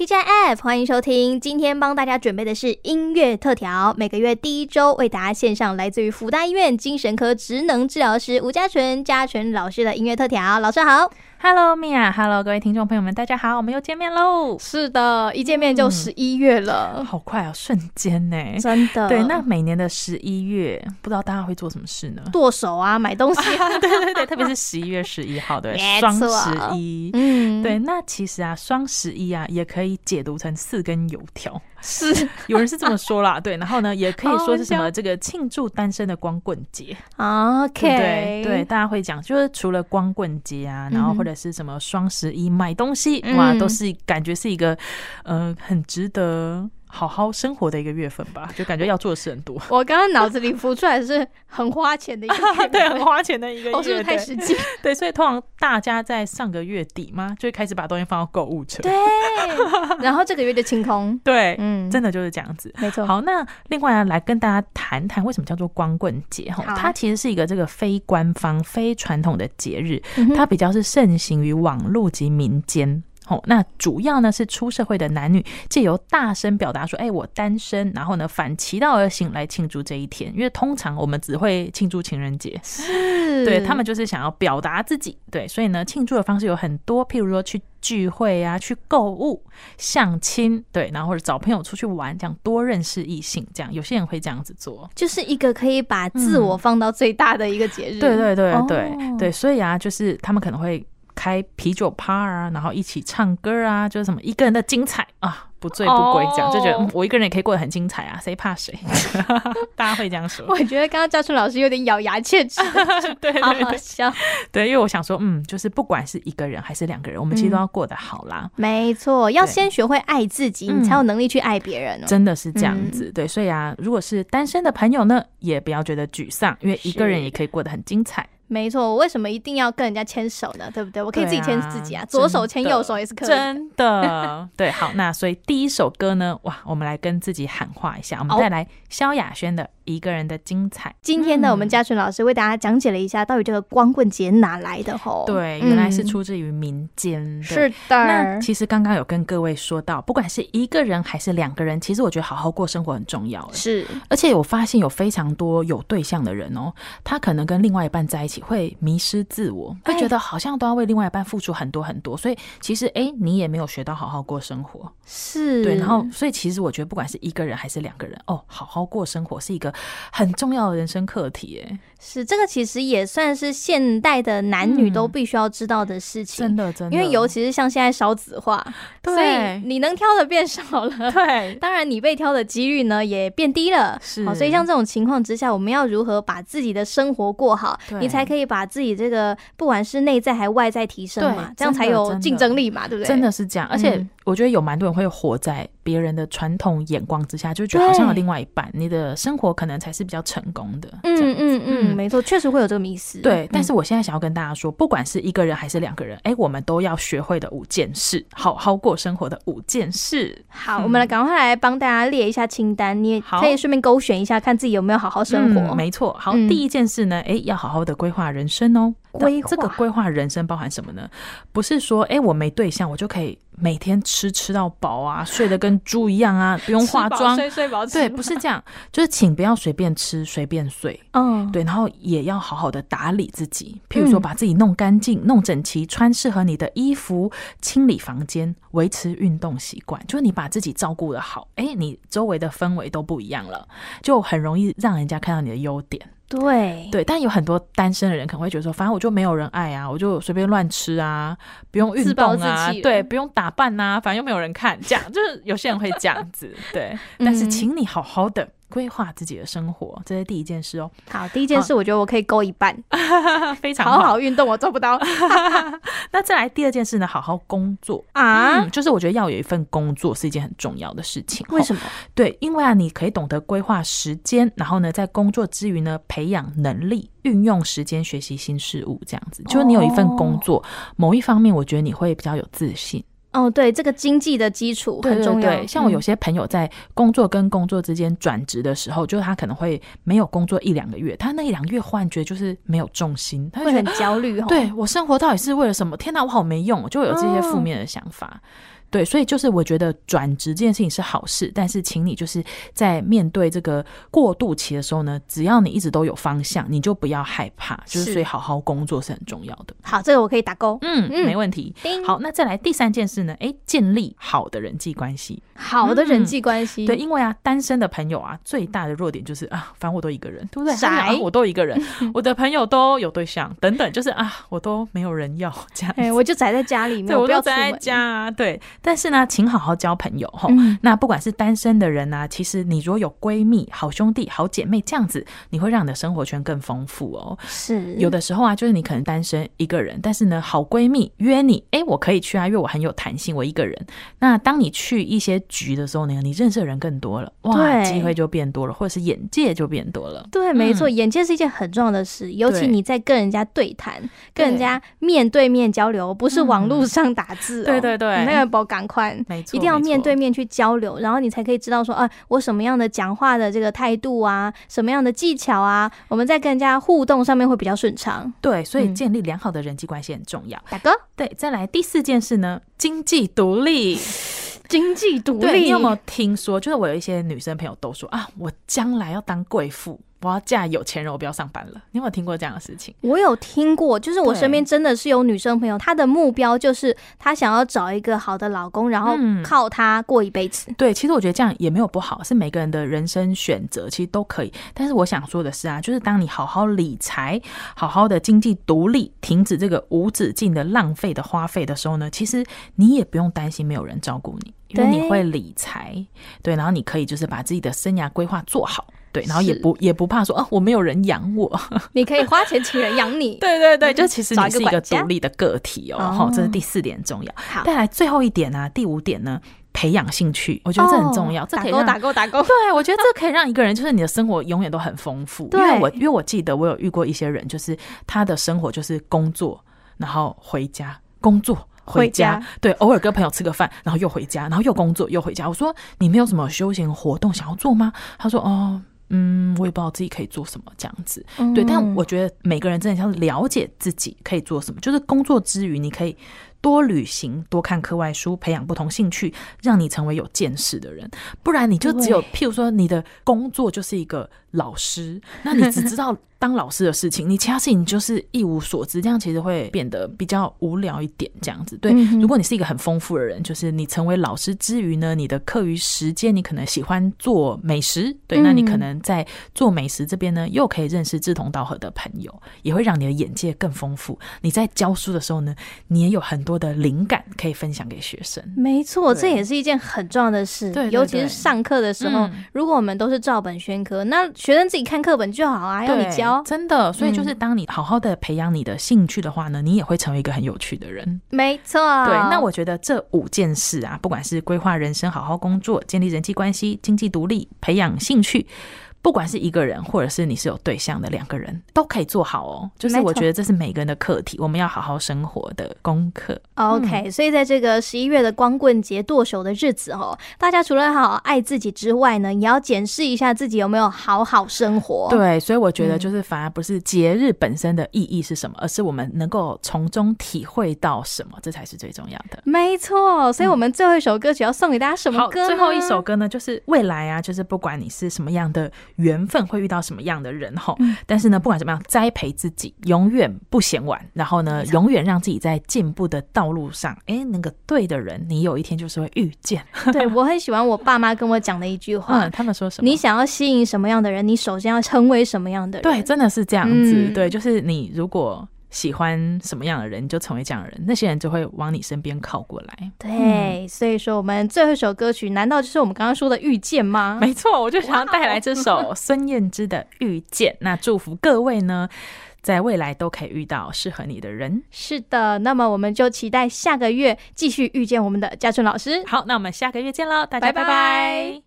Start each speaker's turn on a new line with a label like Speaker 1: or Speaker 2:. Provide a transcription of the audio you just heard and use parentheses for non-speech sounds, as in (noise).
Speaker 1: TJF，欢迎收听。今天帮大家准备的是音乐特调，每个月第一周为大家献上来自于福大医院精神科职能治疗师吴家纯、家纯老师的音乐特调。老师好，
Speaker 2: Hello Mia，Hello 各位听众朋友们，大家好，我们又见面喽！
Speaker 3: 是的，一见面就
Speaker 2: 嗯
Speaker 3: 十一月了，
Speaker 2: 好快哦，瞬间 (laughs) 呢。
Speaker 1: 真的？
Speaker 2: 对，那每年的十一月，不知道大家会做什么事呢
Speaker 1: 剁手啊，买东西啊，
Speaker 2: (laughs) 对对 (laughs) 对，特别是十一月十一号，对，
Speaker 1: 没
Speaker 2: 双
Speaker 1: 错
Speaker 2: 十一。
Speaker 1: (laughs) 嗯，
Speaker 2: 对，那其实啊，双十一啊，也可以解读成四根油条，
Speaker 3: 是
Speaker 2: 有人是这么说 (laughs) 啦。对，然后呢，也可以说是什
Speaker 3: 好
Speaker 2: 么
Speaker 3: 好
Speaker 2: 这个庆祝单身的光棍节，对不
Speaker 1: ，OK，
Speaker 2: 对？对，大家会讲，就是除了光棍节啊，然后
Speaker 1: 嗯
Speaker 2: 或者是什么双十一买东西，
Speaker 1: 嗯
Speaker 2: 哇，都是感觉是一个，呃，很值得好好生活的一个月份吧，就感觉要做的事很
Speaker 3: (laughs)
Speaker 2: 多，
Speaker 3: 我刚刚脑子里浮出来是很花钱的一个月，
Speaker 2: 对，很花钱的一个月，
Speaker 3: 哦我是不是太
Speaker 2: (laughs) 对
Speaker 3: 实际？
Speaker 2: 对，所以通常大家在上个月底嘛，就会开始把东西放到购物车，
Speaker 1: 对，
Speaker 3: 然后这个月就清空，
Speaker 2: 对，
Speaker 1: 嗯，
Speaker 2: 真的就是这样子。
Speaker 1: 没错，
Speaker 2: 好，那另外啊，来跟大家谈谈为什么叫做光棍节哈
Speaker 1: 好，啊
Speaker 2: 它其实是一个这个非官方、非传统的节日，
Speaker 1: 嗯哼
Speaker 2: 它比较是盛行于网络及民间。哦，那主要呢是出社会的男女借由大声表达说：“哎、我单身。”然后呢反其道而行来庆祝这一天，因为通常我们只会庆祝情人节，
Speaker 3: 是
Speaker 2: 对他们就是想要表达自己，对，所以呢庆祝的方式有很多，譬如说去聚会啊、去购物、相亲，对，然后或者找朋友出去玩，这样多认识异性，这样有些人会这样子做。
Speaker 1: 就是一个可以把自
Speaker 2: 嗯
Speaker 1: 我放到最大的一个节日，
Speaker 2: 对对对对、
Speaker 1: 哦
Speaker 2: 对，所以啊，就是他们可能会开啤酒趴啊，然后一起唱歌啊，就是什么一个人的精彩啊，不醉不归这样，就觉得
Speaker 3: 哦
Speaker 2: 嗯我一个人也可以过得很精彩啊，谁怕谁？ (laughs) 大家会这样说，
Speaker 3: 我 (laughs) 觉得刚刚教授老师有点咬牙切齿，
Speaker 2: (laughs) 对
Speaker 3: 好
Speaker 2: 对
Speaker 3: 好
Speaker 2: 对
Speaker 3: 笑。
Speaker 2: 对，因为我想说，嗯，就是不管是一个人还是两个人，我们其实
Speaker 3: 嗯
Speaker 2: 都要过得好啦。
Speaker 1: 没错，要
Speaker 2: 对
Speaker 1: 先学会爱自己，
Speaker 2: 嗯
Speaker 1: 你才有能力去爱别人哦。
Speaker 2: 真的是这样
Speaker 3: 嗯
Speaker 2: 子，对，所以啊，如果是单身的朋友呢，也不要觉得沮丧，因为一个人
Speaker 3: 是
Speaker 2: 也可以过得很精彩。
Speaker 3: 没错，我为什么一定要跟人家牵手呢？对不对？我
Speaker 2: 我
Speaker 3: 可以自己牵自己啊，左手牵右手也是可以的。
Speaker 2: 真的，对，好，那所以第一首歌呢，哇，我们来跟自己喊话一下，我们
Speaker 3: 好
Speaker 2: 再来萧亚轩的《一个人的精彩》。
Speaker 1: 今天呢，
Speaker 2: 嗯
Speaker 1: 我们嘉纯老师为大家讲解了一下到底这个光棍节哪来的吼。
Speaker 2: 对，
Speaker 1: 嗯
Speaker 2: 原来是出自于民间。
Speaker 3: 哦嗯
Speaker 2: 对
Speaker 3: 是
Speaker 2: 那
Speaker 3: 的，
Speaker 2: 其实刚刚有跟各位说到，不管是一个人还是两个人，其实我觉得好好过生活很重要。欸
Speaker 1: 是
Speaker 2: 而且我发现有非常多有对象的人哦，他可能跟另外一半在一起会迷失自我，
Speaker 1: 哎
Speaker 2: 会觉得好像都要为另外一半付出很多很多，所以其实哎，你也没有学到好好过生活。
Speaker 1: 是，
Speaker 2: 对，然后所以其实我觉得不管是一个人还是两个人，哦，好好过生活是一个很重要的人生课题，哎，
Speaker 1: 是这个其实也算是现代的男女
Speaker 2: 嗯
Speaker 1: 都必须要知道的事情，
Speaker 2: 真的真的，
Speaker 1: 因为尤其是像现在少子化，
Speaker 2: 对
Speaker 1: 所以你能挑的变少了。
Speaker 2: 对
Speaker 1: 当然，你被挑的几率呢也变低了。
Speaker 2: 是
Speaker 1: 好，所以像这种情况之下，我们要如何把自己的生活过好，
Speaker 2: 对
Speaker 1: 你才可以把自己这个不管是内在还外在提升嘛
Speaker 2: 对，
Speaker 1: 这样才
Speaker 2: 真的
Speaker 1: 有
Speaker 2: 真的
Speaker 1: 竞争力嘛，对不对？
Speaker 2: (laughs) 真的是这样，而且
Speaker 1: 嗯
Speaker 2: 我觉得有蛮多人会活在别人的传统眼光之下，就觉得好像有
Speaker 1: 对
Speaker 2: 另外一半，你的生活可能才是比较成功的，这样
Speaker 1: 嗯嗯嗯，
Speaker 2: 嗯
Speaker 1: 没错，确实会有这个迷思。
Speaker 2: 对，但
Speaker 1: 嗯
Speaker 2: 是我现在想要跟大家说，不管是一个人还是两个人，哎、我们都要学会的五件事，好好过生活的五件事。
Speaker 1: 好，
Speaker 2: 嗯
Speaker 1: 我们来赶快来帮大家列一下清单，你也
Speaker 2: 好
Speaker 1: 可以顺便勾选一下，看自己有没有好好生活。
Speaker 2: 嗯没错。好，
Speaker 1: 嗯
Speaker 2: 第一件事呢，哎、要好好的规划人生哦。那
Speaker 1: 规划
Speaker 2: 这个规划人生包含什么呢？不是说，哎、我没对象，我就可以每天吃吃到饱啊，睡得跟猪一样啊，不用化妆。
Speaker 3: 睡睡饱吃
Speaker 2: 对，不是这样，就是请不要随便吃，随便睡。
Speaker 1: 嗯，
Speaker 2: 对，然后也要好好的打理自己，譬如说
Speaker 1: 嗯
Speaker 2: 把自己弄干净、弄整齐，穿适合你的衣服，清理房间，维持运动习惯。就是你把自己照顾的好，哎，你周围的氛围都不一样了，就很容易让人家看到你的优点。
Speaker 1: 对
Speaker 2: 对，但有很多单身的人可能会觉得说，反正我就没有人爱啊，我就随便乱吃啊，不用运
Speaker 3: 自暴
Speaker 2: 动啊
Speaker 3: 自弃，
Speaker 2: 对，
Speaker 3: 了
Speaker 2: 不用打扮呐、反正又没有人看，这样就是有些人会这样子。
Speaker 3: (laughs)
Speaker 2: 对，但是
Speaker 1: 嗯
Speaker 2: 请你好好的规划自己的生活，这是第一件事哦。
Speaker 1: 好，第一件事我觉得我可以勾一
Speaker 2: (laughs)
Speaker 1: 半，
Speaker 2: 非常
Speaker 3: 啊好好运动，我做不到
Speaker 2: 嗯那再来第二件事呢，好好工作。
Speaker 3: 啊。
Speaker 2: 嗯，就是我觉得要有一份工作是一件很重要的事情。
Speaker 1: 为
Speaker 2: 么？
Speaker 1: 什么？
Speaker 2: 对，因为啊，你可以懂得规划时间，然后呢，在工作之余呢，培养能力，运用时间学习新事物，这样子。就是你有一份工作，某一方面，我觉得你会比较有自信。
Speaker 1: 哦，对，这个经济的基础很重要。
Speaker 2: 对对对，像我有
Speaker 1: 嗯
Speaker 2: 些朋友在工作跟工作之间转职的时候，就是他可能会没有工作一两个月，他那一两个月忽然觉得就是没有重心，他就
Speaker 1: 会
Speaker 2: 觉得 (laughs)
Speaker 1: 很焦虑哈。
Speaker 2: 哦对我生活到底是为了什么？天哪，我好没用，就会有这些负
Speaker 1: 嗯
Speaker 2: 面的想法。对，所以就是我觉得转职这件事情是好事，但是请你就是在面对这个过渡期的时候呢，只要你一直都有方向，你就不要害怕，就是
Speaker 1: 是
Speaker 2: 所以好好工作是很重要的。
Speaker 1: 好，这个我可以打勾。
Speaker 2: 嗯，
Speaker 1: 嗯
Speaker 2: 没问题。
Speaker 1: 叮
Speaker 2: 好，那再来第三件事呢？诶，建立好的人际关系。
Speaker 3: 好的人际关系，
Speaker 1: 嗯
Speaker 2: 对，因为啊，单身的朋友啊，最大的弱点就是啊，反正我都一个人，对不对？
Speaker 1: 宅
Speaker 2: 他们啊我都一
Speaker 1: (laughs)
Speaker 2: 个人，我的朋友都有对象，等等，就是啊，我都没有人要这样子。
Speaker 3: 哎，我就宅在家里面，
Speaker 2: 对，我
Speaker 3: 不
Speaker 2: 都
Speaker 3: 要出
Speaker 2: 宅
Speaker 3: 门
Speaker 2: 在。家、哦啊。对，但是呢，请好好交朋友吼。
Speaker 3: 嗯
Speaker 2: 那不管是单身的人啊，其实你如果有闺蜜、好兄弟、好姐妹这样子，你会让你的生活圈更丰富哦。
Speaker 1: 是
Speaker 2: 有的时候啊，就是你可能单身一个人，但是呢，好闺蜜约你，哎，我可以去啊，因为我很有弹性，我一个人。那当你去一些局的时候呢，你认识的人更多了，哇，
Speaker 1: 对
Speaker 2: 机会就变多了，或者是眼界就变多了。
Speaker 1: 对，没错，眼界是一件很重要的事，尤其
Speaker 2: 嗯对
Speaker 1: 你在跟人家对谈、跟人
Speaker 2: 对嗯
Speaker 1: 家面对面交流，不是网络上打字、哦
Speaker 2: 对对对
Speaker 1: 那个不赶快。
Speaker 2: 没错，
Speaker 1: 一定要
Speaker 2: 没错
Speaker 1: 面对面去交流，然后你才可以知道说，啊，我什么样的讲话的这个态度啊，什么样的技巧啊，我们在跟人家互动上面会比较顺畅。
Speaker 2: 对，所以
Speaker 1: 嗯
Speaker 2: 建立良好的人际关系很重要。
Speaker 1: 大哥，
Speaker 2: 对，再来第四件事呢，经济独立。
Speaker 3: 经济独
Speaker 2: 对你
Speaker 3: 立
Speaker 2: 有没有听说？就是我有一些女生朋友都说啊，我将来要当贵妇，我要嫁有钱人，我不要上班了。你有没有听过这样的事情？
Speaker 1: 我有听过，就是我
Speaker 2: 对
Speaker 1: 身边真的是有女生朋友，她的目标就是她想要找一个好的老公，然后
Speaker 2: 嗯
Speaker 1: 靠他过一辈子。
Speaker 2: 对，其实我觉得这样也没有不好，是每个人的人生选择，其实都可以。但是我想说的是啊，就是当你好好理财、好好的经济独立、停止这个无止境的浪费的花费的时候呢，其实你也不用担心没有人照顾你，因为
Speaker 1: 对
Speaker 2: 你会理财，对，然后你可以就是把自己的生涯规划做好。对，然后也
Speaker 1: 是
Speaker 2: 不也不怕说啊，我没有人养我，
Speaker 1: (laughs) (laughs) 你可以花钱请人养你。 (laughs)
Speaker 2: 对对对， (laughs) 就其实
Speaker 1: 找
Speaker 2: 你
Speaker 1: 一
Speaker 2: 是
Speaker 1: 个
Speaker 2: 一个
Speaker 1: 管家
Speaker 2: 独立的个体哦，
Speaker 1: 哦
Speaker 2: 哈、这是第四点重要。
Speaker 1: 好
Speaker 2: 再来最后一点啊，第五点呢，培养兴趣，我觉得这很重要，
Speaker 1: 哦
Speaker 2: 这
Speaker 3: 打
Speaker 2: 可以
Speaker 3: 勾
Speaker 2: 让。
Speaker 3: 打勾打勾，
Speaker 2: 对，我觉得这可以让一个人，就是你的生活永远都很丰富。因为
Speaker 1: 对
Speaker 2: 我因为我记得我有遇过一些人，就是他的生活就是工作，然后回家，工作回
Speaker 3: 回
Speaker 2: 家，
Speaker 3: 家
Speaker 2: 对，偶尔跟朋友吃个饭，然后又回家，然后又工作又回家。我说你没有什么休闲活动想要做吗？他说哦，嗯，我也不知道自己可以做什么这样子。对，
Speaker 1: 嗯
Speaker 2: 但我觉得每个人真的要了解自己可以做什么，就是工作之余，你可以多旅行、多看课外书，培养不同兴趣，让你成为有见识的人。不然你就只有，譬如说你的工作就是一个老师，那你只知道当老师的事情，你其他事情就是一无所知，这样其实会变得比较无聊一点。这样子，对，
Speaker 1: 嗯哼
Speaker 2: 如果你是一个很丰富的人，就是你成为老师之余呢，你的课余时间你可能喜欢做美食，对，那你可
Speaker 1: 嗯
Speaker 2: 能在做美食这边呢，又可以认识志同道合的朋友，也会让你的眼界更丰富。你在教书的时候呢，你也有很多的灵感可以分享给学生。
Speaker 1: 没错，
Speaker 2: 对
Speaker 1: 这也是一件很重要的事，
Speaker 2: 对对
Speaker 1: 尤其
Speaker 2: 对
Speaker 1: 是上课的时候，
Speaker 2: 嗯
Speaker 1: 如果我们都是照本宣科，那学生自己看课本就好啊，要你
Speaker 2: 对
Speaker 1: 教。
Speaker 2: 真的，所以就是
Speaker 1: 嗯
Speaker 2: 当你好好的培养你的兴趣的话呢，你也会成为一个很有趣的人。
Speaker 1: 没错，
Speaker 2: 对，那我觉得这五件事啊，不管是规划人生、好好工作、建立人际关系、经济独立、培养兴趣，不管是一个人或者是你是有对象的两个人，都可以做好哦。就是
Speaker 1: 没错
Speaker 2: 我觉得这是每个人的课题，我们要好好生活的功课。
Speaker 1: 嗯 OK，、所以在这个十一月的光棍节剁手的日子哦，大家除了好好爱自己之外呢，也要检视一下自己有没有好好生活。，
Speaker 2: 对，所以我觉得
Speaker 1: 嗯
Speaker 2: 就是反而不是节日本身的意义是什么，而是我们能够从中体会到什么，这才是最重要的。
Speaker 1: 没错。所以我们最后一首歌曲要送给大家什么
Speaker 2: 好，
Speaker 1: 歌呢？
Speaker 2: 最后一首歌呢，就是未来啊，就是不管你是什么样的缘分，会遇到什么样的人吼，
Speaker 1: 嗯
Speaker 2: 但是呢，不管怎么样，栽培自己，永远不嫌晚，然后呢，永远让自己在进步的道路上，哎、那个对的人，你有一天就是会遇见。
Speaker 1: 对我很喜欢我爸妈跟我讲的一句话。
Speaker 2: (laughs) 嗯，他们说什么？
Speaker 1: 你想要吸引什么样的人，你首先要成为什么样的人。
Speaker 2: 对，真的是这样子。
Speaker 1: 嗯
Speaker 2: 对，就是你如果喜欢什么样的人，你就成为这样的人，那些人就会往你身边靠过来。
Speaker 1: 对，所以说我们最后一首歌曲，难道就是我们刚刚说的《遇见》吗？
Speaker 2: (laughs) 没错，我就想要带来这首 (laughs) 孙燕姿的《遇见》。那祝福各位呢，在未来都可以遇到适合你的人。
Speaker 1: 是的，那么我们就期待下个月继续遇见我们的嘉春老师。
Speaker 2: 好，那我们下个月见喽，大
Speaker 1: 拜
Speaker 2: 家
Speaker 1: 拜
Speaker 2: 拜拜